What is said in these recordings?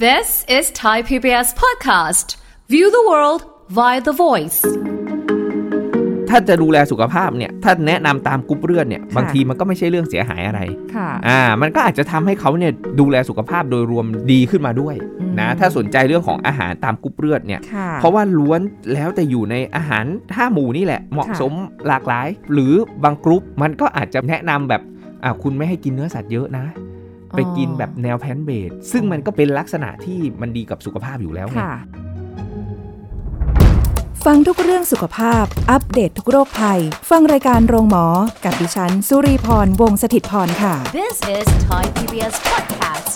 This is Thai PBS podcast. View the world via the voice. ถ้าจะดูแลสุขภาพเนี่ย ถ้าแนะนำตามกรุ๊ปเลือดเนี่ย บางทีมันก็ไม่ใช่เรื่องเสียหายอะไร ค่ะ อ่า มันก็อาจจะทำให้เขาเนี่ยดูแลสุขภาพโดยรวมดีขึ้นมาด้วย อืม นะ ถ้าสนใจเรื่องของอาหารตามกรุ๊ปเลือดเนี่ย ค่ะ เพราะว่าล้วนแล้วแต่อยู่ในอาหารห้าหมู่นี่แหละ เหมาะ ค่ะ สมหลากหลาย หรือบางกรุ๊ปมันก็อาจจะแนะนำแบบ อ่าคุณไม่ให้กินเนื้อสัตว์เยอะนะ ไปกินแบบแนวแพลนต์เบดซึ่งมันก็เป็นลักษณะที่มันดีกับสุขภาพอยู่แล้วไง ค่ะ ฟังทุกเรื่องสุขภาพ อัปเดตททุกโรคภัย ฟังรายการโรงหมอ กับดิฉัน สุรีพร วงศิตพรค่ะ This is Thai PBS podcast.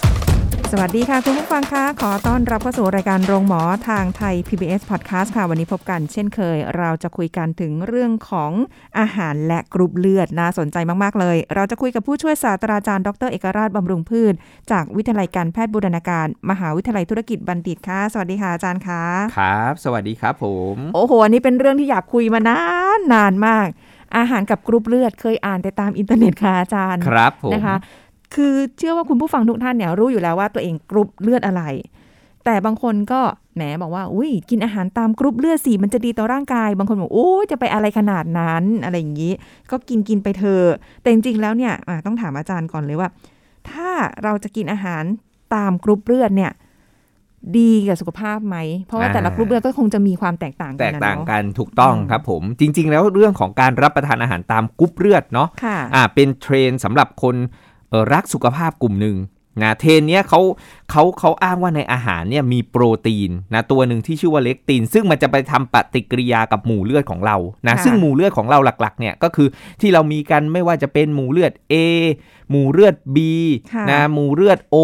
สวัสดีค่ะ คุณผู้ฟังคะขอต้อนรับเข้าสู่รายการโรงหมอทางไทย PBS Podcast ค่ะ วันนี้พบกันเช่นเคย เราจะคุยกันถึงเรื่องของอาหารและกรุ๊ปเลือดน่าสนใจมาก ๆ เลย เราจะคุยกับผู้ช่วยศาสตราจารย์ดรเอกราชบำรุงพืช จากวิทยาลัยการแพทย์บูรณาการ มหาวิทยาลัยธุรกิจบัณฑิตค่ะ สวัสดีค่ะอาจารย์ค่ะ ครับ สวัสดีครับผม โอ้โห อันนี้เป็นเรื่องที่อยากคุยมานานนานมาก อาหารกับกรุ๊ปเลือดเคยอ่านแต่ตามอินเทอร์เน็ตค่ะอาจารย์ ครับผม นะคะ คือเชื่อว่าคุณผู้ฟังทุกท่านเนี่ยรู้อยู่แล้วว่าตัวเองกรุ๊ปเลือดอะไร แต่บางคนก็แหมบอกว่า อุ้ยกินอาหารตามกรุ๊ปเลือดสิมันจะดีต่อร่างกาย บางคนบอกโอ้ยจะไปอะไรขนาดนั้นอะไรอย่างนี้ ก็กินกินไปเถอะแต่จริงๆแล้วเนี่ยอ่ะต้องถามอาจารย์ก่อนเลยว่า ถ้าเราจะกินอาหารตามกรุ๊ปเลือดเนี่ย ดีกับสุขภาพไหม เพราะว่า อ่า แต่ละกรุ๊ปเลือดก็คงจะมีความแตกต่าง แต กัน ก นะ ต่าง เนาะ กันถูกต้อง อืม ครับผมจริง ๆ แล้วเรื่องของการรับประทานอาหารตามกรุ๊ปเลือดเนาะ ค่ะ อ่าเป็นเทรนด์สำหรับคนเอ่อรักสุขภาพกลุ่มหนึ่งนะเทรนด์เนี้ยเขาเขาเขาอ้างว่าในอาหารเนี่ยมีโปรตีนนะตัวหนึ่งที่ชื่อว่าเลกติน ซึ่งมันจะไปทำปฏิกิริยากับหมู่เลือดของเรานะ ค่ะ ซึ่งหมู่เลือดของเราหลักๆเนี่ยก็คือที่เรามีกันไม่ว่าจะเป็นหมู่เลือด A หมู่เลือด B ค่ะ นะหมู่เลือด O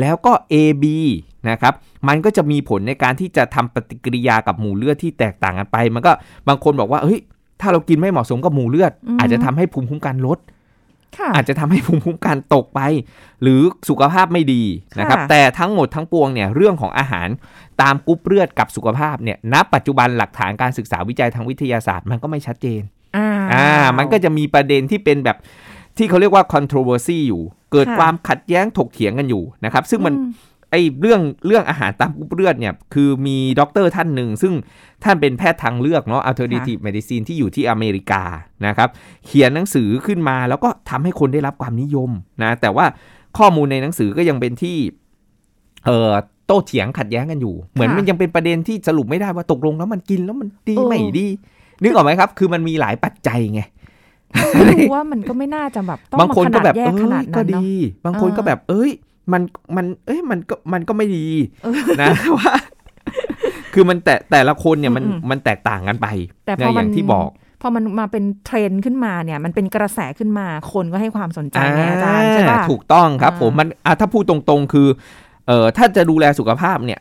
แล้วก็ AB นะครับมันก็จะมีผลในการที่จะทำปฏิกิริยากับหมู่เลือดที่แตกต่างกันไป มันก็บางคนบอกว่าเฮ้ยถ้าเรากินไม่เหมาะสมกับหมู่เลือด อืม อาจจะทำให้ภูมิคุ้มกันลด ค่ะ อาจจะทำให้ภูมิคุ้มกันตกไป หรือสุขภาพไม่ดีนะครับ ค่ะ แต่ทั้งหมดทั้งปวงเนี่ยเรื่องของอาหารตามกรุ๊ปเลือดกับสุขภาพเนี่ยณปัจจุบันหลักฐานการศึกษาวิจัยทางวิทยาศาสตร์มันก็ไม่ชัดเจน อ่า อ่ามันก็จะมีประเด็นที่เป็นแบบที่เขาเรียกว่า controversy อยู่ เกิด ค่ะ ความขัดแย้งถกเถียงกันอยู่นะครับ ซึ่งมัน อื ไอเรื่องเรื่องอาหารตามกรุ๊ปเลือดเนี่ยคือมีด็อกเตอร์ท่านหนึ่ง ซึ่งท่านเป็นแพทย์ทางเลือกเนาะ alternative medicine ที่อยู่ที่อเมริกานะครับ เขียนหนังสือขึ้นมาแล้วก็ทำให้คนได้รับความนิยมนะ แต่ว่าข้อมูลในหนังสือก็ยังเป็นที่เอ่อโต้เถียงขัดแย้งกันอยู่ เหมือนมันยังเป็นประเด็นที่สรุปไม่ได้ว่าตกลงแล้วมันกินแล้วมันดีไม่ดี นึกออกไหมครับ คือมันมีหลายปัจจัยไง ไม่รู้ว่ามันก็ไม่น่าจะแบบต้อง บางคน ม ก็แบบ ขนาดเอ้แยกขนาด ยก็ นั้นเนาะ ดี บางคนก็ อ่า แบบ เอ้ย มันมัน เอ้ย มันก็มันก็ไม่ดีนะ ว่า คือมันแต่แต่ละคนเนี่ยมันมันแตกต่างกันไป แต่พ นะ อ อ มัน ย่างที่บอก พอมันมาเป็นเทรนด์ขึ้นมาเนี่ย มันเป็นกระแสขึ้นมาคนก็ให้ความสนใจไงอาจารย์ใช่ปะ อ่าถูกต้องครับ อ่า ผมมันอ่ะถ้าพูดตรงๆ คือเอ่อถ้าจะดูแลสุขภาพเนี่ย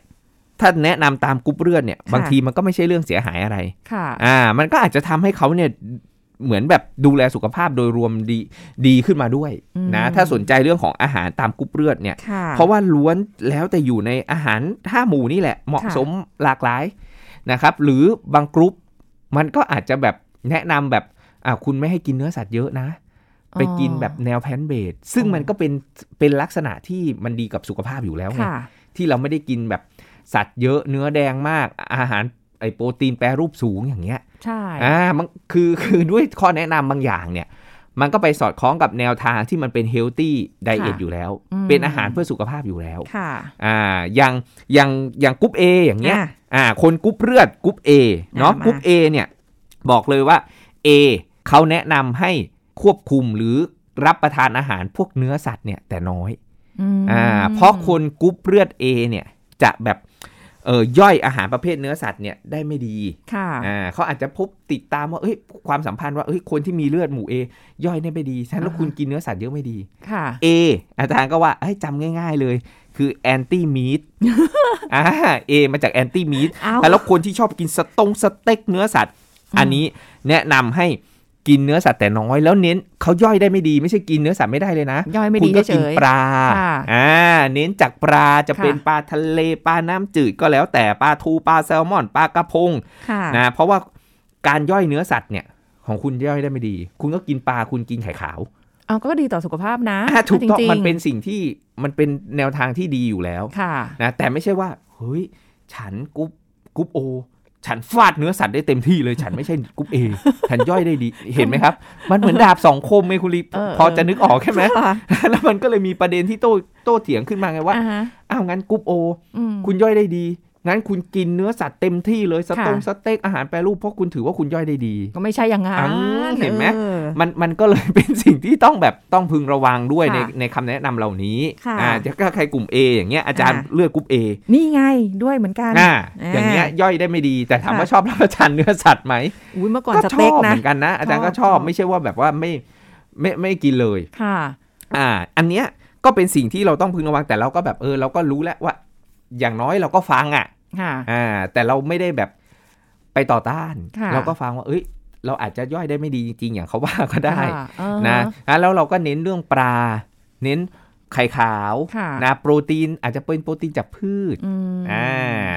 ถ้าแนะนำตามกรุ๊ปเลือดเนี่ย ค่ะ บางทีมันก็ไม่ใช่เรื่องเสียหายอะไร ค่ะ อ่า มันก็อาจจะทำให้เขาเนี่ยเหมือนแบบดูแลสุขภาพโดยรวมดีดีขึ้นมาด้วยนะ อืม ถ้าสนใจเรื่องของอาหารตามกรุ๊ปเลือดเนี่ย ค่ะ เพราะว่าล้วนแล้วแต่อยู่ในอาหารห้าหมู่นี่แหละ เหมาะ ค่ะ สมหลากหลายนะครับ หรือบางกรุ๊ปมันก็อาจจะแบบแนะนำแบบอ่าคุณไม่ให้กินเนื้อสัตว์เยอะนะ ไปกินแบบแนวแพลนต์เบดซึ่งมันก็เป็นเป็นลักษณะที่มันดีกับสุขภาพอยู่แล้วไง ค่ะ ที่เราไม่ได้กินแบบสัตว์เยอะเนื้อแดงมากอาหารไอโปรตีนแปรรูปสูงอย่างเงี้ย ใช่ อ่ามันคือคือด้วยข้อแนะนำบางอย่างเนี่ย มันก็ไปสอดคล้องกับแนวทางที่มันเป็นเฮลตี้ไดเอท ค่ะ อยู่แล้ว อืม เป็นอาหารเพื่อสุขภาพอยู่แล้ว ค่ะ อ่าอย่างอย่างอย่างกรุ๊ป A อย่างเงี้ย อ่ะ อ่าคนกรุ๊ปเลือดกรุ๊ป A เนาะ อ่ะมาก รุ๊ป A เนี่ยบอกเลยว่า A เขาแนะนำให้ควบคุมหรือรับประทานอาหารพวกเนื้อสัตว์เนี่ยแต่น้อย ม อ่าเพราะคนกรุ๊ปเลือด A เนี่ยจะแบบเอ่อย่อยอาหารประเภทเนื้อสัตว์เนี่ยได้ไม่ดี ค่ะ อ่าเขาอาจจะพบติดตามว่าเอ้ยความสัมพันธ์ว่าเอ้ยคนที่มีเลือดหมู่ A ย่อยได้ไม่ดีฉะนันแล้ว อ่าฮะ คุณกินเนื้อสัตว์เยอะไม่ดี ค่ะ A อาจารย์ก็ว่าเอ้ยจำง่าย ๆเลย คือแอนตี้มี ท อ่า A มาจากแอนตี้มีท เอา แล้วคนที่ชอบกินสตงสเต็กเนื้อสัตว์ อันนี้แนะนำให้กินเนื้อสัตว์แต่น้อยแล้วเน้นเขาย่อยได้ไม่ดีไม่ใช่กินเนื้อสัตว์ไม่ได้เลยนะ ย่อยไม่ คุ ดี ณก็ เฉ กิน ย ปลา ค่ะ อ่า เน้นจากปลาจะ ค่ะ เป็นปลาทะเลปลาน้ำจืดก็แล้วแต่ปลาทูปลาแซลมอนปลากระพง ๆค่ะ นะเพราะว่าการย่อยเนื้อสัตว์เนี่ยของคุณย่อยได้ไม่ดี คุณก็กินปลาคุณกินไข่ขาว เอาก็ดีต่อสุขภาพนะ อ่ะถูกต้อง จริๆ มันเป็นสิ่งที่มันเป็นแนวทางที่ดีอยู่แล้ว ค่ะ นะแต่ไม่ใช่ว่าเฮ้ยฉันกรุ๊ปกรุ๊ปโอ ฉันฟาดเนื้อสัตว์ได้เต็มที่เลย ฉันไม่ใช่กรุ๊ ปเอฉันย่อยได้ดี เห็นไหมครับ มันเหมือนดาบสองคมไงคุณลี เออ พอจะนึกออกใช่ไหม ค่ะ แล้วมันก็เลยมีประเด็นที่โต้โต้เถียงขึ้นมาไงว่า อ่าฮะ อ้าวงั้นกรุ๊ปโอ อืม คุณย่อยได้ดี งั้นคุณกินเนื้อสัตว์เต็มที่เลยส ค่ะ เต็งสเต็กอาหารแปรรูปเพราะคุณถือว่าคุณย่อยได้ดี ก็ไม่ใช่อย่างนั้น อังเห็นไหม ออ มันมันก็เลยเป็นสิ่งที่ต้องแบบต้องพึงระวังด้วยใน ค่ะ ในคำแนะนำเหล่านี้ ค่ะ อ่าจะก็ใครกลุ่ม A อย่างเงี้ยอาจารย์ อ่า เลือกกลุ่ม A นี่ไงด้วยเหมือนกัน อ่า อ่า อย่างเงี้ยย่อยได้ไม่ดี แต่ถาม ค่ะ ว่าชอบรับประทานเนื้อสัตว์ไหม อุ้ยเมื่อก่อนส ช เต็ อก บเห นะ มือนกันนะ อาจารย์ก็ ช ช อ อบ บไม่ใช่ว่าแบบว่าไม่ไม่ไม่กินเลย ค่ะ อ่า อันเนี้ยก็เป็นสิ่งที่เราต้องพึงระวังแต่เราก็แบบเออเราก็รู้แล้วว่า อย่างน้อยเราก็ฟังอ่ะ ค่ะ อ่าแต่เราไม่ได้แบบไปต่อต้าน ค่ะ เราก็ฟังว่า เอ้ย เราอาจจะย่อยได้ไม่ดีจริงๆ อย่างเขาว่าก็ได้ ค่ะเออ นะอ่ะแล้วเราก็เน้นเรื่องปลา เน้นไข่ขาว ค่ะ นะโปรตีนอาจจะเป็นโปรตีนจากพืช อืม อ่า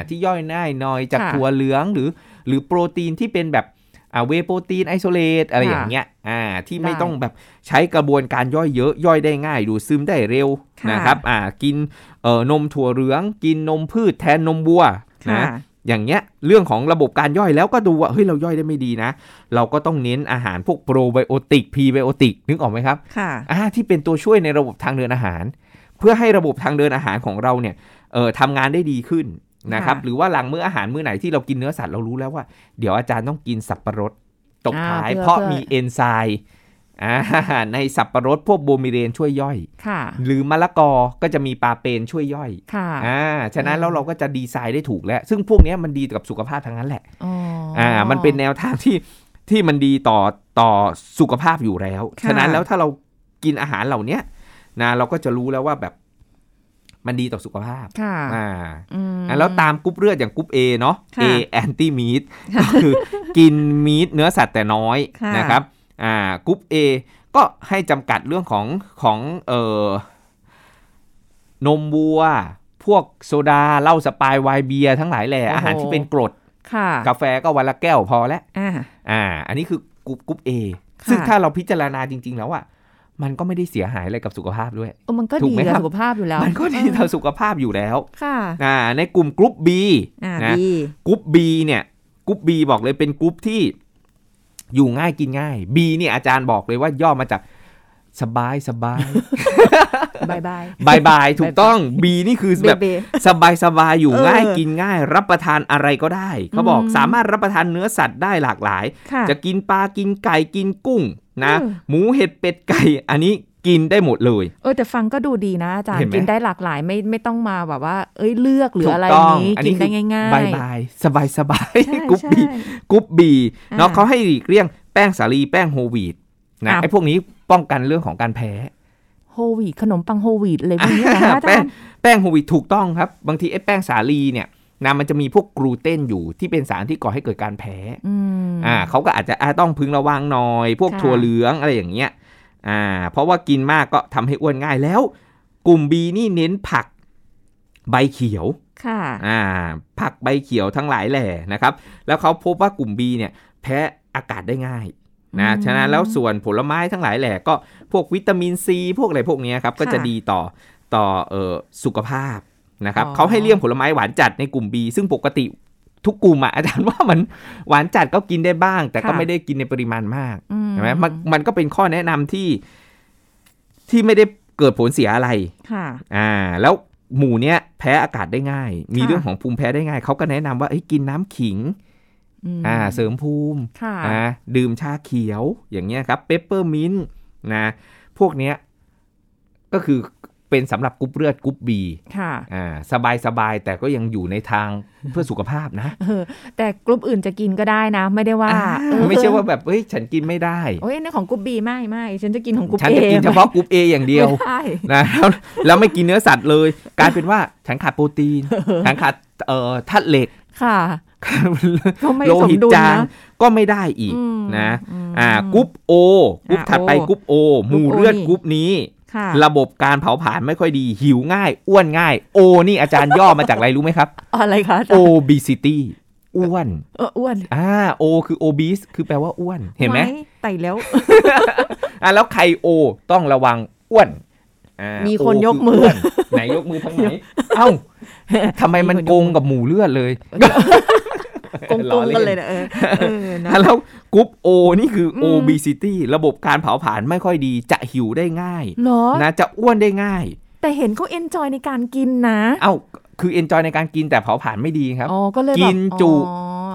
ที่ย่อยง่ายหน่อยจาก ค่ะ ถั่วเหลืองหรือ หรือโปรตีนที่เป็นแบบอ่าเวโปรตีนไอโซเลตอะไร ค่ะ อย่างเงี้ยอ่าที่ไม่ ได้ ต้องแบบใช้กระบวนการย่อยเยอะย่อยได้ง่าย ดูดซึมได้เร็ว ค่ะ นะครับอ่ากินเอ่อนมถั่วเหลือง กินนมพืชแทนนมวัว ค่ะ นะ อย่างเงี้ยเรื่องของระบบการย่อยแล้วก็ดูว่าเฮ้ยเราย่อยได้ไม่ดีนะ เราก็ต้องเน้นอาหารพวกโปรไบโอติกพรีไบโอติกนึกออกไหมครับ ค่ะ อ่าที่เป็นตัวช่วยในระบบทางเดินอาหาร เพื่อให้ระบบทางเดินอาหารของเราเนี่ยเอ่อทำงานได้ดีขึ้นนะครับ ค่ะ หรือว่าหลังมื้ออาหารมื้อไหนที่เรากินเนื้อสัตว์เรารู้แล้วว่า เดี๋ยวอาจารย์ต้องกินสับปะรดตบท้าย เพราะมีเอนไซม์อ่า ในสับปะรดพวกโบมิเรนช่วยย่อย ค่ะ หรือมะละกอก็จะมีปาเปนช่วยย่อย ค่ะ อ่า ฉะนั้นแล้วเราก็จะดีไซน์ได้ถูกแล้ว ซึ่งพวกเนี้ยมันดีกับสุขภาพทั้งนั้นแหละ อ๋ออ่า อ่า มันเป็นแนวทางที่ที่มันดีต่อต่อสุขภาพอยู่แล้ว ค่ะ ฉะนั้นแล้วถ้าเรากินอาหารเหล่าเนี้ยนะเราก็จะรู้แล้วว่าแบบมันดีต่อสุขภาพ ค่ะ อ่า อืม อ่ะแล้วตามกรุ๊ปเลือดอย่างกรุ๊ป A เนาะ ค่ะ A anti meat ก็คือกินมีทเนื้อสัตว์แต่น้อย ค่ะ นะครับ อ่ากรุ๊ป A ก็ให้จำกัดเรื่องของของเอ่อนมวัว พวกโซดาเหล้าสปายไวน์เบียร์ทั้งหลายแหละอาหารที่เป็นกรด ค่ะ กาแฟก็วันละแก้วพอแล้ว อ่า อ่า อันนี้คือกรุ๊ปกรุ๊ป A ค่ะ ซึ่งถ้าเราพิจารณาจริง ๆ แล้วอ่ะมันก็ไม่ได้เสียหายอะไรกับสุขภาพด้วย เออมันก็ ถู ดี กไหม ต่ ครั อบ สุขภาพอยู่แล้ว มันก็ดีต่อสุขภาพอยู่แล้ว ค่ะ อ่าในกลุ่มกรุ๊ป B อ่า นะ ดี กรุ๊ป B เนี่ยกรุ๊ป B บอกเลยเป็นกรุ๊ปที่อยู่ง่ายกินง่าย B เนี่ยอาจารย์บอกเลยว่าย่อมาจากสบายส บาย บายบาย บายบายถูกต้อง B นี่คือแบบ เบเบ สบายสบายอยู่ เออ ง่ายกินง่าย รับประทานอะไรก็ได้เขาบอก อืม สามารถรับประทานเนื้อสัตว์ได้หลากหลาย ค่ะ จะกินปลากินไก่กินกุ้งนะ อืม หมูเห็ดเป็ดไก่ อันนี้กินได้หมดเลย เออแต่ฟังก็ดูดีนะอาจาร เห็นย์ไหม กินได้หลากหลายไม่ไม่ต้องมาแบบว่า เอ้ยเลือกหรือ ถู อะไร ต้ นี้กินได้ง่ายๆ บายบายสบายสบาย ใช่ กรุ๊ป ใช่ B กรุ๊ปบีเนาะ อ่า เขาให้หลีกเลี่ยงแป้งสาลีแป้งโฮลวีตนะ อ่ะ ไอ้พวกนี้ป้องกันเรื่องของการแพ้ โฮลวีตขนมปังโฮลวีตอะไรพวกนี้นะคะอา แป้ จาง รย์ แป้งโฮลวีตถูกต้องครับ บางทีไอ้แป้งสาลีเนี่ยนะมันจะมีพวกกลูเตนอยู่ที่เป็นสารที่ก่อให้เกิดการแพ้ อืม อ่าเขาก็อาจจะอ่าต้องพึงระวังหน่อย พวก ค่ะ ถั่วเหลืองอะไรอย่างเงี้ยอ่าเพราะว่ากินมากก็ทำให้อ้วนง่ายแล้ว กลุ่ม B นี่เน้นผักใบเขียว ค่ะ อ่าผักใบเขียวทั้งหลายแหล่นะครับ แล้วเขาพบว่ากลุ่ม B เนี่ยแพ้อากาศได้ง่ายนะ อืม ฉะนั้นแล้วส่วนผลไม้ทั้งหลายแหล่ก็พวกวิตามินซีพวกอะไรพวกเนี้ยครับก็จะดีต่อต่อเอ่อสุขภาพนะครับ อ๋อ เขาให้เลี่ยงผลไม้หวานจัดในกลุ่ม B ซึ่งปกติทุกกลุ่มอ่ะอาจารย์ว่ามันหวานจัดก็กินได้บ้าง แต่ก็ไม่ได้กินในปริมาณมาก อื ใช่ไหมมันมันก็เป็นข้อแนะนำที่ที่ไม่ได้เกิดผลเสียอะไร ค่ะ อ่าแล้วหมูเนี้ยแพ้อากาศได้ง่าย มี ค่ะ เรื่องของภูมิแพ้ได้ง่าย เขาก็แนะนำว่าเอ้ยกินน้ำขิง ม อ่าเสริมภูมิ ค่ะ อ่าดื่มชาเขียวอย่างเงี้ยครับเปปเปอร์มินต์นะพวกเนี้ยก็คือเป็นสำหรับกรุ๊ปเลือดกรุ๊ปบี ค่ะ อ่าสบายสบายๆแต่ก็ยังอยู่ใน ทาง เพื่อสุขภาพนะ เออแต่กลุ่มอื่นจะกินก็ได้นะ ไม่ได้ว่า อ่า เออ ไม่ใช่ว่าแบบเอ้ยฉันกินไม่ได้ โอ้ยอันนั่นของกลุ่มบีไม่ไม่ฉันจะกินของกลุ่ม ฉันจะกินเฉพาะกรุ๊ปเออย่างเดียว ไม่ได้ นะแล้วแล้วไม่กินเนื้อสัตว์เลย กลายเป็นว่าฉันขาดโปรตีนฉันขาดเอ่อธาตุเหล็ก ค่ะก็ ไม่ โล สม หิต ดุล จาง นะ ก็ไม่ได้อีก อืม นะ อืม อ่ากรุ๊ปโอกรุ๊ป อ่ะ ถัดไป โอก รุ๊ปโอหมู่ กรุ๊ป O เลือด นี่ กรุ๊ปนี้ ค่ะ ระบบการเผาผลาญไม่ค่อยดี หิว ง่าย อ้วนง่าย โอนี่อาจารย์ย่อมาจากอะไรรู้ไหมครับ อะไรคะอาจารย์ obesity อ้วน เอออ้วน อ่าโอคือ obese คือแปลว่าอ้วน เห็นไหม ไต่ แล้ว อ่ะแล้วใครโอต้องระวังอ้วนอ่า มีคน O ยกมืออ้ วนไหนยกมือทาง ไหน เอ้าทำไมมันโกงกับหมูเลือดเลย กง อ ๆกันเลยนะเออเออนะ อ่ะแล้วกรุ๊ปโอนี่คืออ obesity ระบบการเผาผลาญไม่ค่อยดีจะหิวได้ง่าย เหรอ นะจะอ้วนได้ง่าย แต่เห็นเขาเอนจอยในการกินนะ เอ้า คือเอนจอยในการกินแต่เผาผลาญไม่ดีครับ อ๋อก็เลยแบบ กินจุ อ๋อ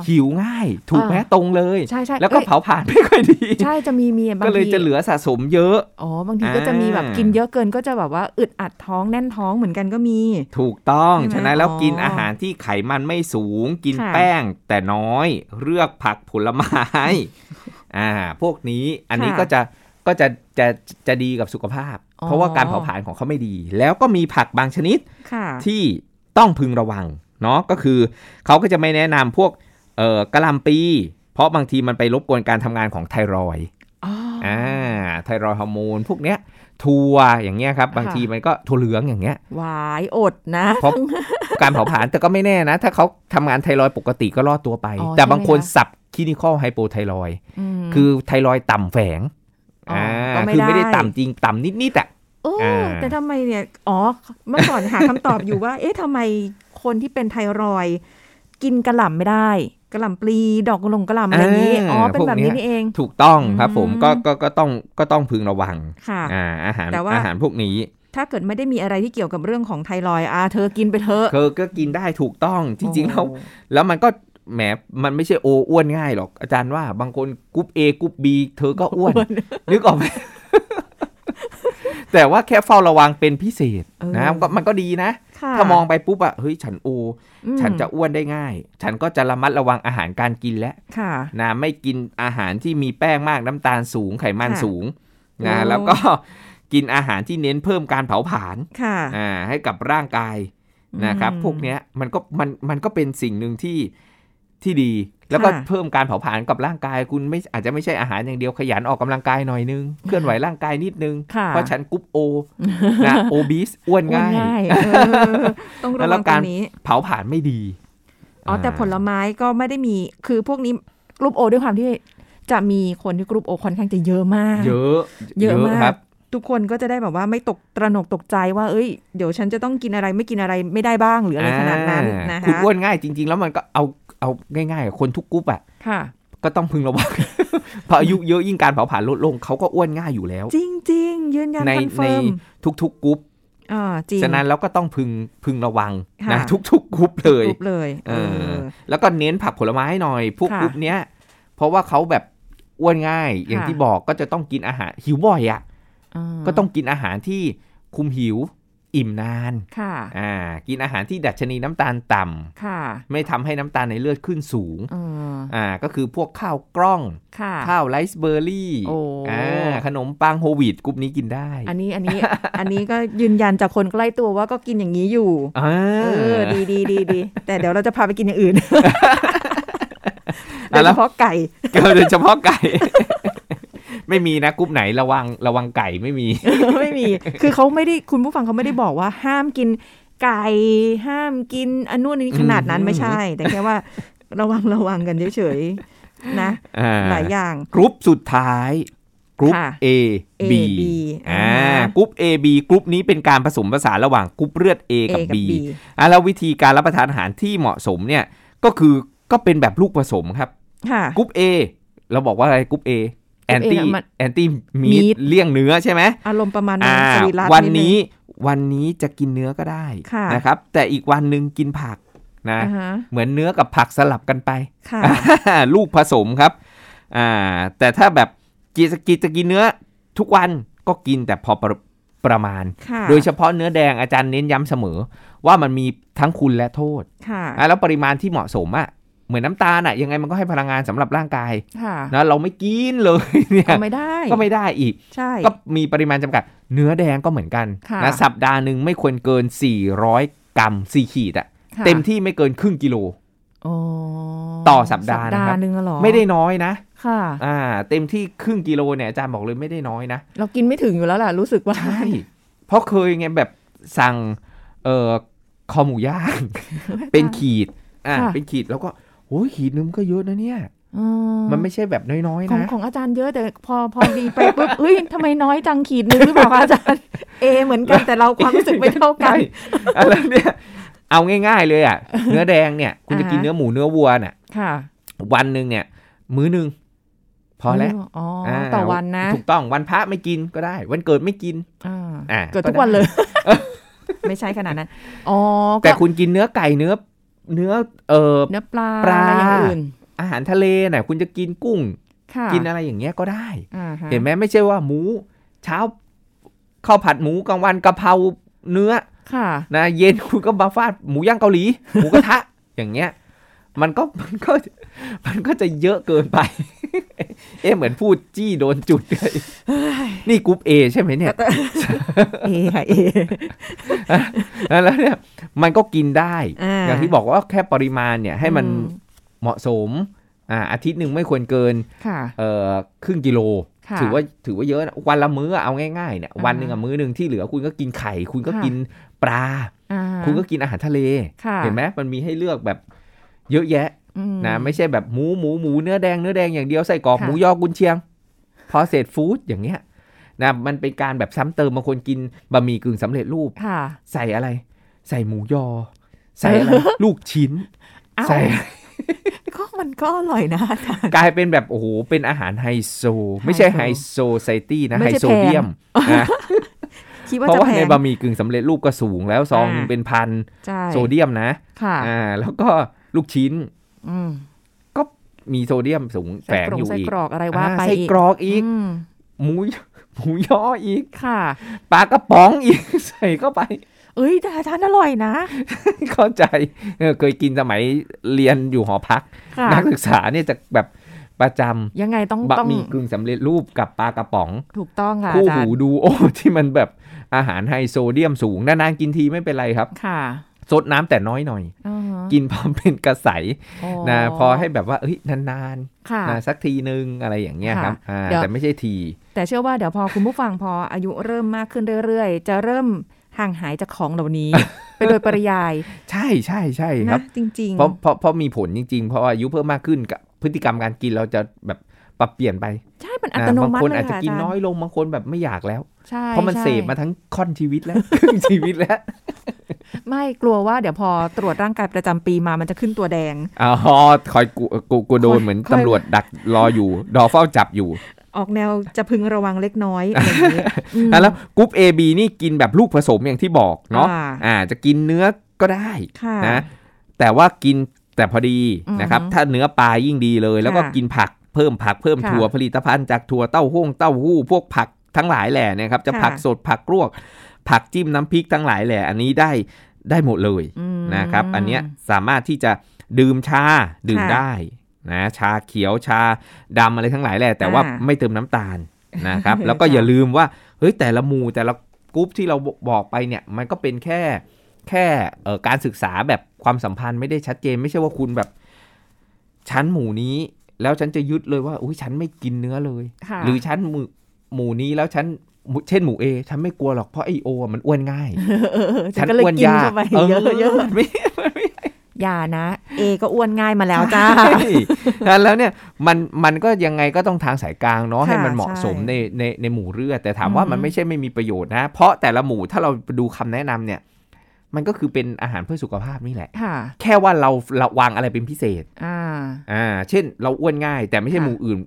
หิวง่าย ถูกไหม อ่า ตรงเลย ใช่ใช่ แล้วก็ เอ้ย เผาผลาญไม่ค่อยดี ใช่จะมีเมียบาง ก็เลย ที จะเหลือสะสมเยอะ อ๋อบางทีก็จะมีแบบกินเยอะเกินก็จะแบบว่าอึดอัดท้องแน่นท้องเหมือนกันก็มี ถูกต้อง ใช่ไหฉะมนั้นแล้ว อ๋อ กินอาหารที่ไขมันไม่สูง กิน ค่ะ แป้งแต่น้อย เลือกผักผลไม้ อ่า พวกนี้ อันนี้ก็จะก็จะจะจะดีกับสุขภาพ เพราะว่าการเผาผลาญของเขาไม่ดี แล้วก็มีผักบางชนิด ค่ะ ที่ต้องพึงระวังเนาะก็คือเขาก็จะไม่แนะนำพวกเอ่อกะหล่ำปี เพราะบางทีมันไปรบกวนการทำงานของไทรอยด์ อ๋ออ อ่าไทรอยด์ฮอร์โมน พวกเนี้ยทัวอย่างเงี้ยครับ บาง ค่ะ ทีมันก็ทัวเหลืองอย่างเงี้ย หวายอดนะ เพ ราะ การเผาผลาญแต่ก็ไม่แน่นะ ถ้าเขาทำงานไทรอยด์ปกติก็รอดตัวไป อ๋อ แต่บางคน ใช่ไหมคะ สับคลินิคอลไฮโปไทรอยด์ ม คือไทรอยด์ต่ำแฝง อ๋ออ่ า ก็ไม่ คือไม่ได้ ได้ ต่ำจริงต่ำนิดๆอ่ะ โอ้ อ่า แต่ทำไมเนี่ย อ๋อ เมื่อก่อนหาคำตอบอยู่ว่า เอ๊ะทำไมคนที่เป็นไทรอยด์กินกระหล่ำไม่ได้กระหล่ำปลี ดอกกระหล่ำกระหล่ำอะไรอย่างนี้ อ๋อ เป็นแบบนี้นี่เอง ถูกต้องครับผม อืม ก็ก็ก็ต้องก็ต้องพึงระวัง ค่ะ อ่าอาหาร แต่ว่า อาหารพวกนี้ ถ้าเกิดไม่ได้มีอะไรที่เกี่ยวกับเรื่องของไทรอยด์อ่าเธอกินไปเถอะ เธอก็กินได้ถูกต้องจริง ๆ แล้ว โอ้ แล้วมันก็แหมมันไม่ใช่โออ้วนง่ายหรอกอาจารย์ว่าบางคนกรุ๊ป A กรุ๊ป B เธอก็อ้วน อ้วน นึกออกไหม แต่ว่าแค่เฝ้าระวังเป็นพิเศษ เออ นะก็มันก็ดีนะ ค่ะ ถ้ามองไปปุ๊บอะเฮ้ยฉันโอ อืม ฉันจะอ้วนได้ง่าย ฉันก็จะระมัดระวังอาหารการกินและ ค่ะ นะไม่กินอาหารที่มีแป้งมากน้ำตาลสูงไขมัน ค่ะ สูงนะ โอ้ แล้วก็กินอาหารที่เน้นเพิ่มการเผาผลาญ ค่ะ อ่าให้กับร่างกายนะครับ อืม พวกเนี้ยมันก็มันมันก็เป็นสิ่งหนึ่งที่ที่ดี แล้วก็ ค่ะ เพิ่มการเผาผลาญกับร่างกาย คุณไม่อาจจะไม่ใช่อาหารอย่างเดียวขยันออกกำลังกายหน่อยนึง เคลื่อนไหวร่างกายนิดนึง ค่ะ เพราะฉันกรุ๊ปโอนะโอบิสอ้วน อ้วน ง่าย ง่ายเออต้องระ แล้ว วังต การ ร งนี้ เผาผลาญไม่ดี อ๋อแต่ผลไม้ก็ไม่ได้มีคือพวกนี้กรุ๊ปโอด้วยความที่จะมีคนที่กรุ๊ปโอค่อนข้างจะเยอะมาก เยอะ เยอะมาก ครับ ทุกคนก็จะได้แบบว่าไม่ตกตระหนกตกใจว่าเอ้ยเดี๋ยวฉันจะต้องกินอะไรไม่กินอะไรไม่ได้บ้างหรืออะไรขนาดนั้น อ่ นะ คุณ คะ อ้วนง่ายจริง ๆ แล้วมันก็เอาเอาง่ายๆอะคนทุกกรุ๊ปอ่ะ ค่ะ ก็ต้องพึงระวัง พออายุเยอะยิ่งการเผาผลาญลดลงเขาก็อ้วนง่ายอยู่แล้ว จริงจริงๆ ยืนยัน ใน คอน ใน เฟิร์ม ทุกๆกรุ๊ป อ่าจริง ฉะนั้นแล้วก็ต้องพึงพึงระวัง ค่ะ นะทุกๆกรุ๊ปเลย กรุ๊ปเลย เอ เอ อ อ แล้วก็เน้นผักผลไม้หน่อย พวก ค่ะ กรุ๊ปเนี้ย เพราะว่าเขาแบบอ้วนง่าย อย่าง ค่ะ ที่บอกก็จะต้องกินอาหารหิวบ่อยอะ่ะ ม ก็ต้องกินอาหารที่คุมหิวอิ่มนาน ค่ะ อ่ากินอาหารที่ดัชนีน้ำตาลต่ำ ค่ะ ไม่ทำให้น้ำตาลในเลือดขึ้นสูง เออ อ่าก็คือพวกข้าวกล้อง ค่ะ ข้าวไรซ์เบอร์รี่ โอ้ อ่าขนมปังโฮวีดกรุ๊ปนี้กินได้ อันนี้อันนี้ อันนี้ก็ยืนยันจากคนใกล้ตัวว่าก็กินอย่างนี้อยู่ อ่า เออ ดีดีดีดี แต่เดี๋ยวเราจะพาไปกินอย่างอื่นโด อ่ะ ย แล้ เฉ ว พาะไก่ เกินโดยเฉพาะไก่ ไม่มีนะกรุ๊ปไหนระวังระวังไก่ไม่มี ไม่มี คือเขาไม่ได้คุณผู้ฟังเขาไม่ได้บอกว่าห้ามกินไก่ ห้ามกินอันนู่นอันนี้ขนาดนั้น อืม ไม่ใช่ แต่แค่ว่าระวังระวังกันเฉยๆนะ อ่ หลายอย่าง กรุ๊ปสุดท้าย กรุ๊ป ค่ะ A A B B อ่า อ่าก รุ๊ป A B กรุ๊ปนี้เป็นการผสมผสานระหว่างกรุ๊ปเลือด A กับ B อ่ะแล้ววิธีการรับประทานอาหารที่เหมาะสมเนี่ยก็คือก็เป็นแบบลูกผสมครับ ค่ะ กรุ๊ป A เราบอกว่าอะไรกรุ๊ป A กรุ๊ แอ ป น A ตี้ น่ะมัน แอนตี้มี meat เลี่ยงเนื้อใช่ไหม อารมณ์ประมาณ อ่า สรีระ วัน ดง นี้วันนี้จะกินเนื้อก็ได้ ค่ะ นะครับ แต่อีกวันหนึ่งกินผักนะ อ่าฮะ เหมือนเนื้อกับผักสลับกันไป ค่ะ ลูกผสมครับอ่าแต่ถ้าแบบกินกินจะกินเนื้อทุกวันก็กินแต่พอประประมาณ ค่ะ โดยเฉพาะเนื้อแดงอาจารย์เน้นย้ำเสมอ ว่ามันมีทั้งคุณและโทษ ค่ะ อ่ะแล้วปริมาณที่เหมาะสมอะเหมือนน้ำตาลอะยังไงมันก็ให้พลังงานสำหรับร่างกาย ค่ะ นะเราไม่กินเลยเนี่ย ก็ไม่ได้ ก็ไม่ได้อีก ใช่ ก็มีปริมาณจำกัด เนื้อแดงก็เหมือนกัน ค่ะ นะสัปดาห์หนึ่งไม่ควรเกิน 400 กรัม 4 ขีดอะ ค่ะ เต็มที่ไม่เกินครึ่งกิโล โอ้ ต่อสัปดาห์นะครับ หนึ่งเหรอ ไม่ได้น้อยนะ ค่ะ อ่าเต็มที่ครึ่งกิโลเนี่ยอาจารย์บอกเลยไม่ได้น้อย นะ เรากินไม่ถึงอยู่แล้วล่ะ รู้สึกว่า ใช่เพราะเคยไงแบบสั่ง เอ่อคอหมูย่าง เป็นขีดอ่า ค่ะ เป็นขีดแล้วก็ โอ้ยขีดนึงก็เยอะนะเนี่ย อ๋อ มันไม่ใช่แบบน้อยๆ ของ นะ ของอาจารย์เยอะแต่พอพอดีไปปุ๊บเฮ้ยทำไมน้อยจังขีดหนึงหรือเปล่าคะอาจารย์ เอ เหมือนกันแต่เราความรู้สึกไม่เท่ากั ใช่นอะไรเนี่ยเอาง่าย ๆ เลยอ่ะ เนื้อแดงเนี่ย คุณจะกิน อ่าฮะ เนื้อหมูเนื้อวัวน่ะ ค่ะ วันหนึ่งเนี่ย มื้อหนึ่งพอแล้ว อ๋ออา ต่อวันนะ ถูกต้องวันพระไม่กินก็ได้ วันเกิดไม่กิน อ่า อ่า เกิด ก็ ทุกวัน ได้ เลย ไม่ใช่ขนาด นั้นอ๋อ แต่ ก็ คุณกินเนื้อไก่เนื้อ เนื้อเอ่อ เนื้อปลา ปลา อะไรอย่างอื่น อาหารทะเลน่ะคุณจะกินกุ้ง ค่ะ กินอะไรอย่างเงี้ยก็ได้ อ่าฮะ เห็นไหมไม่ใช่ว่าหมู เช้าข้าวผัดหมูกลางวันกะเพราเนื้อ ค่ะ นะเย็นคุณก็มาฟาดหมูย่างเกาหลี หมูกระทะ อย่างเงี้ย มันก็ มันก็มันก็จะเยอะเกินไป เอ๊ะเหมือนพูดจี้โดนจุดเลยนี่กรุ๊ปเอใช่ไหมเนี่ย เอค่ะเอ แล้วเนี่ยมันก็กินได้ อ่า อย่างที่บอกว่าแค่ปริมาณเนี่ยให้มัน อืม เหมาะสมอ่าอาทิตย์หนึ่งไม่ควรเกิน ค่ะ เอ่อครึ่งกิโล ค่ะ ถือว่าถือว่าเยอะนะวันละมื้อเอาง่ายๆเนี่ย อ่าฮะ วันหนึ่งอะมื้อหนึ่งที่เหลือคุณก็กินไข่ คุณก็ ค่ะ กินปลา อ่า คุณก็กินอาหารทะเล ค่ะ เห็นไหมมันมีให้เลือกแบบเยอะแยะ อืม นะไม่ใช่แบบหมูหมูหมูเนื้อแดงเนื้อแดงอย่างเดียวใส่กรอก ค่ะ หมูยอกุนเชียง พอเสร็จฟู้ดอย่างเงี้ยนะมันเป็นการแบบซ้ำเติมบางคนกินบะหมี่กึ่งสำเร็จรูป ค่ะ ใส่อะไร ใส่หมูยอ ใส่ อะไร ลูกชิ้น อ้าว ใส่ ก็มันก็อร่อยนะ กลายเป็นแบบโอ้โหเป็นอาหารไฮโซ ไม่ใช่ไฮ ไฮ โซไซตี้นะ ไม่ ไฮ ใช่ โซเดียมนะ คิดว่า เพราะ จะ ว่า แพ ใน ง บะหมี่กึ่งสำเร็จรูปก็สูงแล้วซองหนึ่ง อ่า เป็นพัน ใช่ โซเดียมนะ ค่ะ อ่าแล้วก็ลูกชิ้น อืม มีโซเดียมสูงแฝ ไส้ ง กร องยู่ ไส้ อีก กรอกอะไรว่า อ่ ไป ส้ อีก กรอกอีก อืม หมูหมูย่ออีก ค่ะ ปลากระป๋องอีก ใส่เข้าไป เอ้ยแต่ทานอร่อยนะ เข้าใจเออเคยกินสมัยเรียนอยู่หอพัก ค่ะ นักศึกษาเนี่ยจะแบบประจำ ยังไงต้อง บะ ต้อง หมี่กึ่งสำเร็จรูปกับปลากระป๋อง ถูกต้องค่ะ คู่ อาจาร หู ย์ ดูโอ ที่มันแบบอาหารไฮโซเดียมสูงนานๆกินทีไม่เป็นไรครับ ค่ะ ซดน้ำแต่น้อยหน่อย อ่าฮะ กินพอเป็นกระใส อ๋อ นะพอให้แบบว่าเอ้ยนาน ค่ะ ๆนะสักทีนึงอะไรอย่างเงี้ยครับอ่า เดี๋ยว แต่ไม่ใช่ที แต่เชื่อว่าเดี๋ยวพอคุณผู้ฟังพออายุเริ่มมากขึ้นเรื่อยๆ จะเริ่มห่างหายจากของเหล่านี้ ไปโดยปริยาย ใช่ใช่ใช่ครั นะ บ จริงๆ เพราะเพราะเพราะมีผลจริงๆ เพราะว่าอายุเพิ่มมากขึ้นกับพฤติกรรมการกินเราจะแบบปรับเปลี่ยนไป ใช่มันอั นะ ตโน บาง มัติ คน เลย อาจจะ ค่ะอา กิน จาร น้อ ย์ ยลงบางคนแบบไม่อยากแล้ว ใช่ เพราะมัน ใช่ เสพมาทั้งค่อนชีวิตแล้ว ครึ่งชีวิตแล้ว ไม่กลัวว่าเดี๋ยวพอตรวจร่างกายประจำปีมามันจะขึ้นตัวแดง อ๋อคอยกูกูกูโดนเหมือน คอย ตำรวจดักรออยู่รอเฝ้าจับอยู่ ออกแนวจะพึงระวังเล็กน้อยอะไรอย่าง นี้อืม อ่ะแล้วกรุ๊ป A B นี่กินแบบลูกผสมอย่างที่บอกเนาะ อ่า อ่าจะกินเนื้อก็ได้ ค่ะ นะแต่ว่ากินแต่พอดีนะครับ อือฮึ ถ้าเนื้อปลายิ่งดีเลย แล้วก็ ค่ะ กินผักเพิ่มผักเพิ่ม ค่ะ ถั่วผลิตภัณฑ์จากถั่วเต้าหู้เต้าหู้พวกผักทั้งหลายแหล่เนะครับจะ ค่ะ ผักสดผักลวก ผักจิ้มน้ำพริกทั้งหลายแหล่อันนี้ได้ได้หมดเลย อืม นะครับอันเนี้ยสามารถที่จะดื่มชาดื่ม ค่ะ ได้นะชาเขียวชาดำอะไรทั้งหลายแหละแต่ว่าไม่เติมน้ำตาลนะครับ แล้วก็อย่าลืมว่าเฮ้ยแต่ละหมู่แต่ละกรุ๊ปที่เราบอกไปเนี่ยมันก็เป็นแค่แค่เอ่อการศึกษาแบบความสัมพันธ์ไม่ได้ชัดเจน ไม่ใช่ว่าคุณแบบชั้นหมู่นี้ แล้วฉันจะยึดเลยว่าอุ้ยฉันไม่กินเนื้อเลย ค่ะ หรือชั้นหมู่หมู่นี้แล้วฉันเช่นหมู่เอฉันไม่กลัวหรอกเพราะไอโออะมันอ้วน ง่าย เออ ฉัน ก็เลย อ้วน กิน ยา เข้าไปเยอะ เยอะ มันไม่มันไม่ ยานะ เอก็อ้วนง่ายมาแล้วจ้า ใช่แล้วเนี่ยมันมันก็ยังไงก็ต้องทางสายกลางเนาะ ค่ะ ให้มันเหมาะสม ใช่ ในในในหมู่เรือดแต่ถาม อืม ว่ามันไม่ใช่ไม่มีประโยชน์นะ เพราะแต่ละหมู่ถ้าเราดูคำแนะนำเนี่ย มันก็คือเป็นอาหารเพื่อสุขภาพนี่แหละ ค่ะ แค่ว่าเราเราวางอะไรเป็นพิเศษ อ่า อ่าเช่น เราอ้วนง่าย แต่ไม่ใช่ ค่ะ หมู่อื่น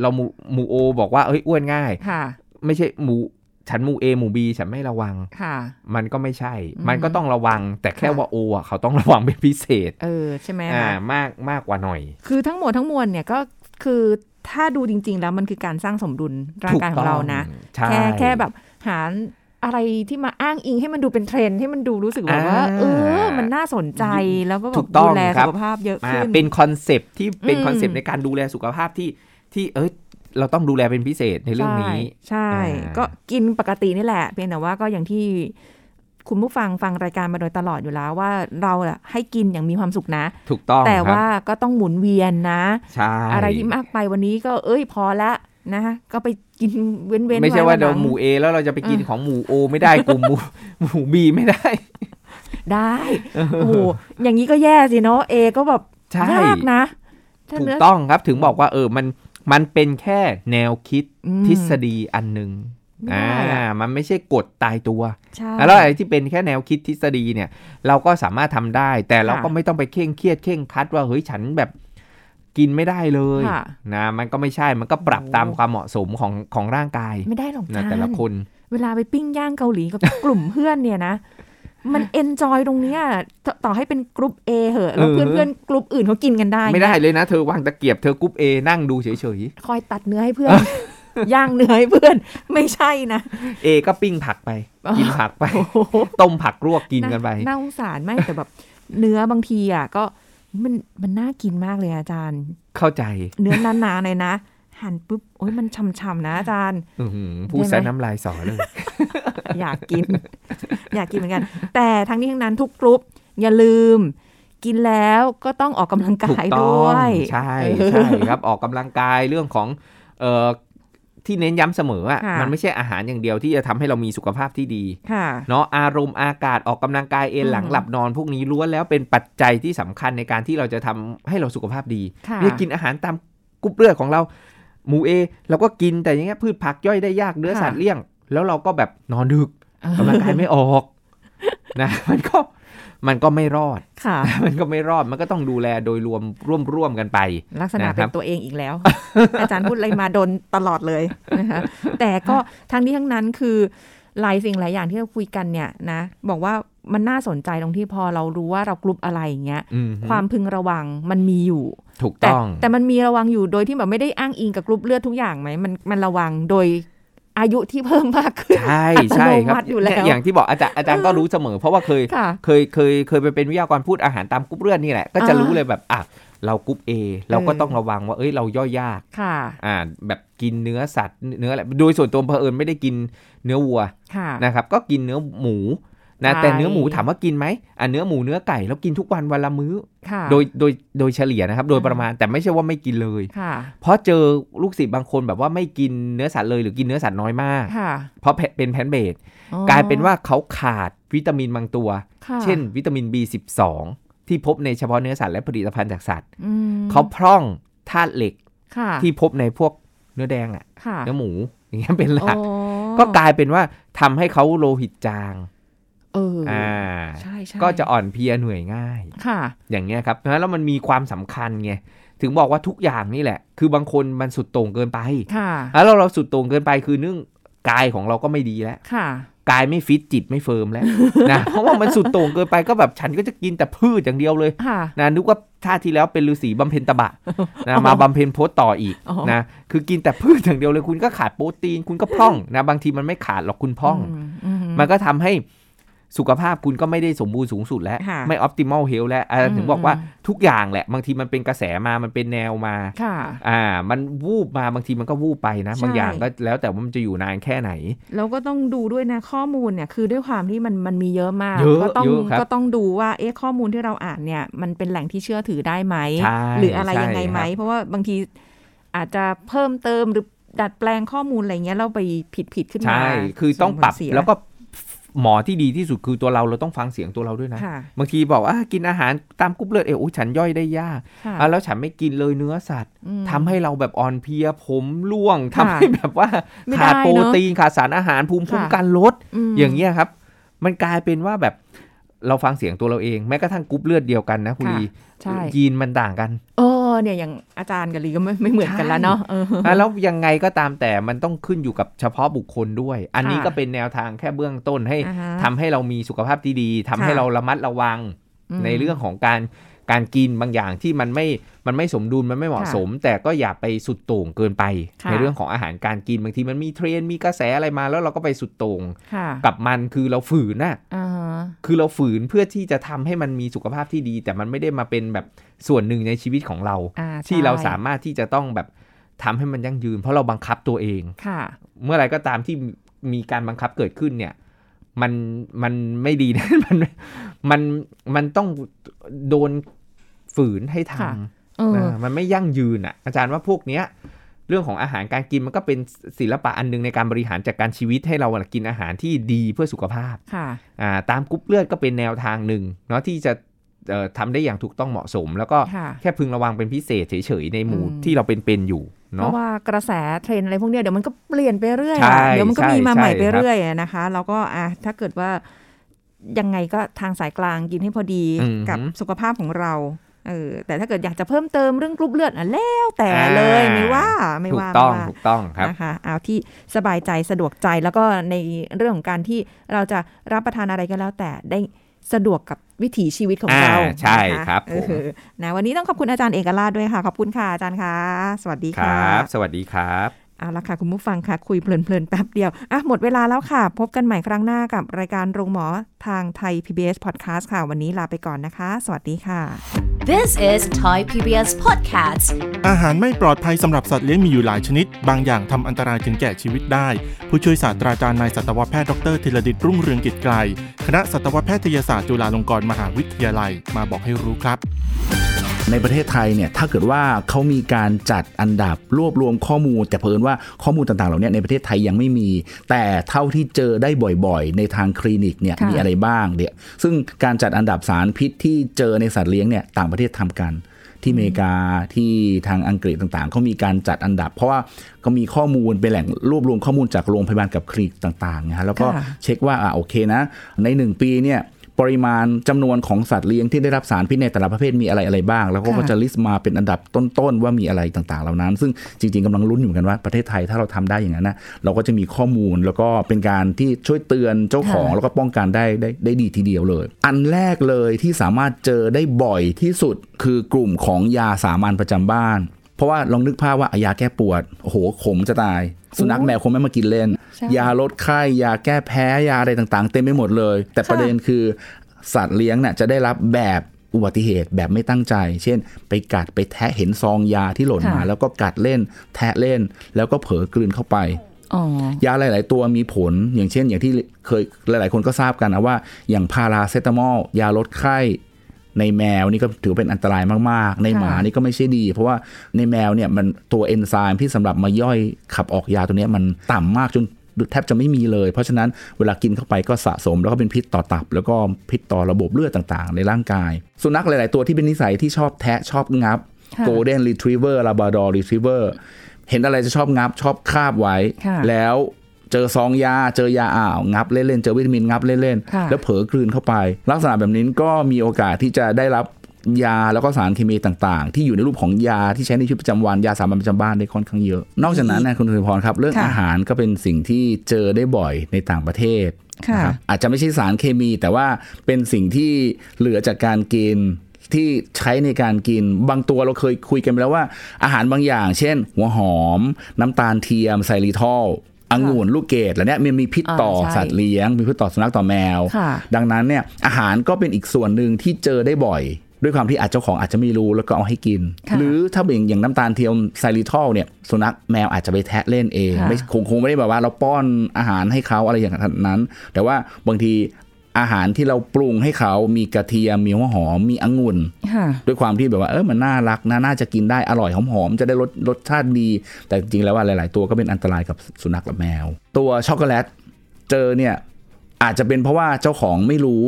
เราหมู่หมู่โอบอกว่าเอ้ยอ้วนง่าย ค่ะ ไม่ใช่หมู่ฉันหมู่เอหมู่บีฉันไม่ระวัง ค่ะ มันก็ไม่ใช่ อืม มันก็ต้องระวัง แต่แค่ ค่ะ ว่าโออ่ะเขาต้องระวังเป็นพิเศษ เออใช่ไหม อ่า คะ มากมากกว่าหน่อย คือทั้งหมดทั้งมวลเนี่ยก็คือถ้าดูจริง ๆ แล้วมันคือการสร้างสมดุลร่างกายของเรานะ ใช่ แค่แค่แบบหาอะไรที่มาอ้างอิงให้มันดูเป็นเทรนด์ให้มันดูรู้สึกแบบว่า า เออ มันน่าสนใจแล้วก็แบ ถู บ กต้อ ดู ง แล ครั สุ บ ขภาพเยอะ อ่า ขึ้น เป็นคอนเซปต์ที่เป็น อืม คอนเซปต์ในการดูแลสุขภาพที่ที่เอ้ยเราต้องดูแลเป็นพิเศษในเรื่องนี้ ใช่ อ่า ก็กินปกตินี่แหละเพียงแต่ว่าก็อย่างที่คุณผู้ฟังฟังรายการมาโดยตลอดอยู่แล้วว่าเราอะให้กินอย่างมีความสุขนะ ถูกต้อง แต่ ครับ ว่าก็ต้องหมุนเวียนนะ ใช่ อะไรที่มากไปวันนี้ก็เอ้ยพอละนะก็ไปกินเว้นๆว้น ไม่ใช่ว่าเรา นลัง หมู่เอแล้วเราจะไปกิน อืม ของหมู่โอไม่ได้กลุ่มหมู่หมู่บีไม่ได้ ได้ โอ้โหอย่างนี้ก็แย่สิเนาะเอก็แบบ ใช่ ยากนะถ้า ถู เนื้ ก อ ต้องครับถึงบอกว่าเออมันมันเป็นแค่แนวคิด อืม ทฤษฎีอันหนึ่ง ไม่ อ่า ได้อะ มันไม่ใช่กฎตายตัว ใช่ แล้วอะไรที่เป็นแค่แนวคิดทฤษฎีเนี่ย เราก็สามารถทำได้ แต่เราก็ ค่ะ ไม่ต้องไปเคร่งเครียดเคร่งครัดว่าเฮ้ยฉันแบบกินไม่ได้เลย ค่ะ นะมันก็ไม่ใช่มันก็ปรับ โอ้ ตามความเหมาะสมของของร่างกาย ไม่ได้หรอก นะ จ้า แต่ละคน เวลาไปปิ้งย่างเกาหลีกับ กลุ่มเพื่อนเนี่ยนะ มันเอนจอยตรงเนี้ยตต่อให้เป็นกลุ่ม A เหอะแล้ว เออ เพื่อนเพื่อนๆกลุ่มอื่นเขากินกันได้ ไม่ได้เลยนะ เธอวางตะเกียบเธอกรุ๊ปเอนั่งดูเฉย คอยตัดเนื้อให้เพื่อน ย่างเนื้อให้เพื่อน ไม่ใช่นะ ๆเอก็ปิ้งผักไป อ๋อ กินผักไป โอ้โห ต้มผักลวกกินกันไป น่าสงสารไม่แต่แบบ เนื้อบางทีอ่ะก็มันมันน่ากินมากเลยอาจารย์ เข้าใจ เนื้อหนาๆเลยนะ หั่นปุ๊บโอ้ยมันช่ำๆนะอาจารย์ อื้อหือพูด ได้ไหม ซะน้ำลายสอเลย อยากกิน อยากกินเหมือนกัน แต่ทั้งนี้ทั้งนั้นทุกกรุ๊ปอย่าลืม กินแล้วก็ต้องออกกำลัง ถูก กาย ต้อ ด้ว ง ย ใช่ เออ ใช่ครับออกกำลังกายเรื่องของเอ่อที่เน้นย้ำเสมออะ ค่ะ มันไม่ใช่อาหารอย่างเดียวที่จะทำให้เรามีสุขภาพที่ดี ค่ะ เนาะอารมณ์อากาศออกกำลังกายเอนหลัง อืม หลับนอน พวกนี้ล้วนแล้วเป็นปัจจัยที่สำคัญในการที่เราจะทำให้เราสุขภาพดี ค่ะ เนี่ยกินอาหารตามกรุ๊ปเลือดของเรา หมูเอเราก็กินแต่อย่างเงี้ยพืชผักย่อยได้ยากเนื้อสัตว์เลี่ยง แล้วเราก็แบบนอนดึกออกกำลังกายไม่ออกนะ มันก็มันก็ไม่รอด ค่ะ มันก็ไม่รอด มันก็ต้องดูแลโดยรวมร่วมร่วมกันไป ลักษณะ นะครับ เป็นตัวเองอีกแล้ว อาจารย์พูดอะไรมาโดนตลอดเลย นะคะแต่ก็ทั้งนี้ทั้งนั้นคือหลายสิ่งหลายอย่างที่เราคุยกันเนี่ยนะ บอกว่ามันน่าสนใจตรงที่พอเรารู้ว่าเรากลุ่มอะไรอย่างเงี้ย อืม ความพึงระวังมันมีอยู่ ถูก แต่ ต้อง แต่มันมีระวังอยู่โดยที่แบบไม่ได้อ้างอิงกับกรุ๊ปเลือดทุกอย่างไหมมันมันระวังโดยอายุที่เพิ่มมากขึ้น ใช่ อัตโนมัติ ใช่ครับ อยู่แล้ว เนี่ยอย่างที่บอกอาจารย์อาจารย์ก็รู้เสมอ เพราะว่าเคย ค่ะ เคยเคยเคยไปเป็นวิทยากรพูดอาหารตามกรุ๊ปเลือดนี่แหละ ก็จะ อ่ารู้ รู้เลยแบบอ่ะเรากรุ๊ป A เราก็ เออ ต้องระวังว่าเอ้ยเราย่อยยาก ค่ะ อ่าแบบกินเนื้อสัตว์เนื้ออะไรโดยส่วนตัวเผอิญไม่ได้กินเนื้อวัว ค่ะ นะครับ ก็กินเนื้อหมูนะ ใช่ แต่เนื้อหมูถามว่ากินไหมอ่ะเนื้อหมูเนื้อไก่เรากินทุกวันวันละมื้อ ค่ะ โดยโดยโดยเฉลี่ยนะครับ โดยประมาณแต่ไม่ใช่ว่าไม่กินเลย ค่ะ เพราะเจอลูกศิษย์บางคนแบบว่าไม่กินเนื้อสัตว์เลยหรือกินเนื้อสัตว์น้อยมาก ค่ะ เพราะเป็นแพนเบด อ๋อก ลายเป็นว่าเขาขาดวิตามินบางตัว ค่ะ เช่น วิตามิน B12 ที่พบในเฉพาะเนื้อสัตว์และผลิตภัณฑ์จากสัตว์ อืม เขาพร่องธาตุเหล็ก ค่ะ ที่พบในพวกเนื้อแดงอะ ค่ะ เนื้อหมูอย่างเงี้ยเป็นห โอ้ ลักก็กลายเป็นว่าทำให้เขาโลหิตจาง เอออ อ่า ใช่ใช่ ก็จะอ่อนเพลียเหนื่อยง่าย ค่ะ อย่างเงี้ยครับเพราะฉะนั้นแล้วมันมีความสำคัญไงถึงบอกว่าทุกอย่างนี่แหละ คือบางคนมันสุดโต่งเกินไป ค่ะ แล้วเราเราสุดโต่งเกินไปคือเนื่องกายของเราก็ไม่ดีแล้ว ค่ะ กายไม่ฟิตจิตไม่เฟิร์มแล้ว นะเพราะว่ามันสุดโต่งเกินไปก็แบบฉันก็จะกินแต่พืชอย่างเดียวเลย ค่ะ นะนึกว่าชาติที่แล้วเป็นฤาษีบำเพ็ญตบะนะ อ๋ อ มาบำเพ็ญโพสต์ต่ออีก อ๋อ นะคือกินแต่พืชอย่างเดียวเลยคุณก็ขาดโปรตีนคุณก็พร่องนะบางทีมันไม่ขาดหรอกคุณพร่อง มอืม มันก็ทำให้สุขภาพคุณก็ไม่ได้สมบูรณ์สูงสุดแล้ว ค่ะ ไม่ออ t ติม l ลเฮลแล้วอ่ะ อืม ถึงบอกว่า อืม ทุกอย่างแหละ บางทีมันเป็นกระแสมามันเป็นแนวมา ค่ะ อ่า มันวูบมาบางทีมันก็วูบไปนะ ใช่ บางอย่างก็แล้วแต่ว่ามันจะอยู่นานแค่ไหน แล้วก็ต้องดูด้วยนะข้อมูลเนี่ยคือด้วยความที่มันมันมีเยอะมาก เยอะ ก็ต้อง เยอะครับ ก็ต้องดูว่าเอ๊ะข้อมูลที่เราอ่านเนี่ยมันเป็นแหล่งที่เชื่อถือได้ไหม ใช่ หรืออะไร ใช่ ยังไงไหม ครับ เพราะว่าบางทีอาจจะเพิ่มเติมหรือดัดแปลงข้อมูลอะไรเงี้ยเราไปผิดผิดๆขึ้นมา ใช่ คือต้องปรับ ส่งผเสีย แล้วก็หมอที่ดีที่สุดคือตัวเราเราต้องฟังเสียงตัวเราด้วยนะ ค่ะ บางทีบอกว่ากินอาหารตามกรุ๊ปเลือดเอวอุ๊ยฉันย่อยได้ยาก ค่ะ อ่ะแล้วฉันไม่กินเลยเนื้อสัตว์ อืม ทำให้เราแบบอ่อนเพลียผมร่วงทำ ค่ะ ให้แบบว่า ไม่ ขาด ได้เนอะ โปรตีนขาดสารอาหารภูมิคุ้ม ค่ะ กันลด ม อย่างเงี้ยครับ มันกลายเป็นว่าแบบเราฟังเสียงตัวเราเอง แม้กระทั่งกรุ๊ปเลือดเดียวกันนะคุณ ค่ะ ลี ใช่ ยีนมันต่างกัน เออเนี่ยอย่างอาจารย์กับลีก็ไม่ไม่เหมือนกันแล้วเนาะเออ อ่ะแล้วยังไงก็ตามแต่มันต้องขึ้นอยู่กับเฉพาะบุคคลด้วย อันนี้ ค่ะ ก็เป็นแนวทางแค่เบื้องต้นให้ อ่าฮะ ทำให้เรามีสุขภาพที่ดีทำให้ ค่ะ เราระมัดระวังในเรื่องของการการกินบางอย่างที่มันไม่มันไม่สมดุลมันไม่เหมาะ ค่ะ สม แต่ก็อย่าไปสุดโต่งเกินไป ค่ะ ในเรื่องของอาหารการกินบางทีมันมีเทรนด์มีกระแสอะไรมา แล้วเราก็ไปสุดโต่ง ค่ะ กับมันคือเราฝืนน่ะ อ่าฮะ คือเราฝืนเพื่อที่จะทำให้มันมีสุขภาพที่ดี แต่มันไม่ได้มาเป็นแบบส่วนหนึ่งในชีวิตของเรา อ่าใช่ ที่เราสามารถที่จะต้องแบบทำให้มันยั่งยืน เพราะเราบังคับตัวเอง ค่ะ เมื่อไหรก็ตามที่มีการบังคับเกิดขึ้นเนี่ย มันมันไม่ดีนะ มันมันมันต้องโดนฝืนให้ท ค่ะ เอ ำ อ อ่ามันไม่ยั่งยืนอ่ะ อาจารย์ว่าพวกเนี้ย เรื่องของอาหารการกินมันก็เป็นศิลปะอันหนึงในการบริหารจัดการชีวิตให้เราอะกินอาหารที่ดีเพื่อสุขภาพ ค่ะ อ่าตามกรุ๊ปเลือดก็เป็นแนวทางหนึ่งเนาะที่จะ เอ่อทำได้อย่างถูกต้องเหมาะสม แล้วก็ ค่ะ แค่พึงระวังเป็นพิเศษเฉยๆในหมู่ อืม ที่เราเป็นๆอยู่ เพ เนาะ ราะว่ากระแสเทรนด์อะไรพวกเนี้ยเดี๋ยวมันก็เปลี่ยนไปเรื่อย ใช่ อะเดี๋ยวมันก็มีมา ใช่ ใหม่ ใช่ ไป ครับ เรื่อยอะนะคะ แล้วก็อ่ะถ้าเกิดว่ายังไงก็ทางสายกลางกินให้พอดี อืม กับ หือ สุขภาพของเราเออแต่ถ้าเกิดอยากจะเพิ่มเติมเรื่องกรุ๊ปเลือดอ่ะแล้วแต่เลย อ่า ไม่ว่าไม่ ถูก ว่า ต้อง ไม่ว่า ถูกต้องครับ นะคะเอาที่สบายใจสะดวกใจแล้วก็ในเรื่องของการที่เราจะรับประทานอะไรก็แล้วแต่ได้สะดวกกับวิถีชีวิตของ อ่า เรา ใช่ นะะ ครับผม เออนะวันนี้ต้องขอบคุณอาจารย์เอกลาดด้วยค่ะ ขอบคุณค่ะอาจารย์ค่ะ สวัสดี ค ค่ะ รับ สวัสดีครับ เอาละค่ะ คุณผู้ฟังค่ะ คุยเพลินๆแป๊บเดียวอ่ะหมดเวลาแล้วค่ะ พบกันใหม่ครั้งหน้ากับรายการโรงหมอทางไทย PBS Podcast ค่ะ วันนี้ลาไปก่อนนะคะ สวัสดีค่ะ This is Thai PBS Podcast. อาหารไม่ปลอดภัยสำหรับสัตว์เลี้ยงมีอยู่หลายชนิด บางอย่างทำอันตรายถึงแก่ชีวิตได้ ผู้ช่วยศาสตราจารย์นายสัตวแพทย์ดรธีรดิตรุ่งเรืองกิจไกล คณะสัตวแพทยศาสตร์จุฬาลงกรณ์มหาวิทยาลัยมาบอกให้รู้ครับ ในประเทศไทยเนี่ยถ้าเกิดว่าเขามีการจัดอันดับรวบรวมข้อมูล แต่เพิ่นว่าข้อมูลต่างๆเหล่านี้ในประเทศไทยยังไม่มี แต่เท่าที่เจอได้บ่อยๆ ในทางคลินิกเนี่ย ค่ะ มีอะไรบ้างเดี๋ยวซึ่งการจัดอันดับสารพิษที่เจอในสัตว์เลี้ยงเนี่ยต่างประเทศทำกัน ที่อเมริกาที่ทางอังกฤษต่างๆเขามีการจัดอันดับ เพราะว่าก็มีข้อมูลเป็นแหล่งรวบรวมข้อมูลจากโรงพยาบาลกับคลินิกต่างๆนะฮะแล้วก็ ค่ะ เช็คว่าอ่าโอเคนะในหนึ่งปีเนี่ยปริมาณจำนวนของสัตว์เลี้ยงที่ได้รับสารพิษในแต่ละประเภทมีอะไรอะไรบ้าง แล้วก็ ค่ะ ก็จะ ลิสต์มาเป็นอันดับต้น ๆ ว่ามีอะไรต่างๆ เหล่านั้น ซึ่งจริง ๆกำลังลุ้นอยู่เหมือนกันว่าประเทศไทยถ้าเราทำได้อย่างนั้นนะเราก็จะมีข้อมูลแล้วก็เป็นการที่ช่วยเตือนเจ้าของ ค่ะ แล้วก็ป้องกันได้ได้ได้ดีทีเดียวเลย อันแรกเลยที่สามารถเจอได้บ่อยที่สุดคือกลุ่มของยาสามัญประจำบ้าน เพราะว่าลองนึกภาพว่าอ่ะยาแก้ปวดโอ้โหขมจะตาย สุนัขแมวคงไม่มากินเล่น ใช่ ยาลดไข้ยาแก้แพ้ยาอะไรต่างๆ เต็มไปหมดเลย แต่ ค่ะ ประเด็นคือสัตว์เลี้ยงเนี่ยจะได้รับแบบอุบัติเหตุแบบไม่ตั้งใจ เช่น ไปกัดไปแทะเห็นซองยาที่หล่นมา ค่ะ แล้วก็กัดเล่น แทะเล่น แล้วก็เผลอกลืนเข้าไป อ๋อ ยาหลาย ๆ ตัวมีผลอย่างเช่น อย่างที่เคยหลาย ๆ คนก็ทราบกันนะว่า อย่างพาราเซตามอลยาลดไข้ในแมวนี่ก็ถือเป็นอันตรายมาก ๆ ในหมา ค่ะ นี่ก็ไม่ใช่ดี เพราะว่าในแมวเนี่ยมันตัวเอนไซม์ที่สำหรับมาย่อยขับออกยาตัวเนี้ยมันต่ำมากจนแทบจะไม่มีเลย เพราะฉะนั้นเวลากินเข้าไปก็สะสม แล้วก็เป็นพิษต่อตับ แล้วก็พิษต่อระบบเลือดต่าง ๆ ในร่างกาย สุนัขหลาย ๆ ตัวที่เป็นนิสัยที่ชอบแทะชอบงับ ค่ะ โกลเด้นรีทรีเวอร์ลาบาร์ดอร์รีทรีเวอร์เห็นอะไรจะชอบงับชอบคาบไว้ ค่ะ แล้วเจอซองยาเจอยาอ้าวงับเล่นๆเจอวิตามินงับเล่น ค่ะ ๆแล้วเผลอกลืนเข้าไป ลักษณะแบบนี้ก็มีโอกาสที่จะได้รับยาแล้วก็สารเคมีต่างๆ ที่อยู่ในรูปของยาที่ใช้ในชีวิตประจำวันยาสามัญประจำบ้านได้ค่อนข้างเยอะ นอกจากนั้นนะคุณธนพรครับเรื่อง ค่ะ อาหารก็เป็นสิ่งที่เจอได้บ่อยในต่างประเทศ ค่ะ นะครับอาจจะไม่ใช่สารเคมี แต่ว่าเป็นสิ่งที่เหลือจากการกินที่ใช้ในการกินบางตัวเราเคยคุยกันไปแล้วว่า อาหารบางอย่าง เช่น หัวหอม น้ำตาลเทียมไซริทอลองุ่นลูกเกดแล้วเนี่ยมันมีพิษ อ่า ต่อ ใช่ สัตว์เลี้ยง มีพิษต่อสุนัขต่อแมว ค่ะ ดังนั้นเนี่ยอาหารก็เป็นอีกส่วนหนึ่งที่เจอได้บ่อย ด้วยความที่อาจเจ้าของอาจจะไม่รู้แล้วก็เอาให้กิน ค่ะ หรือถ้าเป็นอย่างน้ำตาลเทียมไซริทอลเนี่ยสุนัขแมวอาจจะไปแทะเล่นเอง ค่ะ ไม่คงคงไม่ได้แบบว่าเราป้อนอาหารให้เขาอะไรอย่างนั้น แต่ว่าบางทีอาหารที่เราปรุงให้เขามีกระเทียมมีหัวหอมมีองุ่น ค่ะ ด้วยความที่แบบว่าเออมันน่ารักนะน่าจะกินได้อร่อยหอมๆจะได้รสรสชาติดี แต่จริงๆแล้วว่าหลาย ๆ ตัวก็เป็นอันตรายกับสุนัขและแมว ตัวช็อกโกแลตเจอเนี่ยอาจจะเป็นเพราะว่าเจ้าของไม่รู้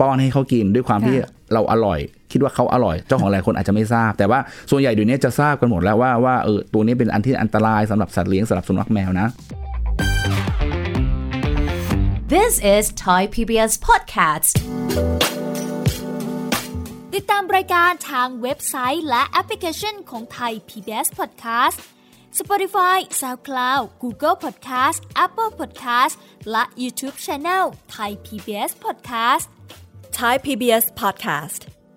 ป้อนให้เขากินด้วยความที่ ค่ะ เราอร่อย คิดว่าเขาอร่อย เจ้าของหลายคนอาจจะไม่ทราบ แต่ว่าส่วนใหญ่เดี๋ยวนี้จะทราบกันหมดแล้วว่าว่าเออตัวนี้เป็นอันที่อันตรายสำหรับสัตว์เลี้ยงสำหรับสุนัขแมวนะ This is Thai PBS Podcast. ติดตามรายการทางเว็บไซต์และแอปพลิเคชันของไทย PBS Podcast Spotify SoundCloud Google Podcast Apple Podcast และ YouTube Channel Thai PBS Podcast Thai PBS Podcast.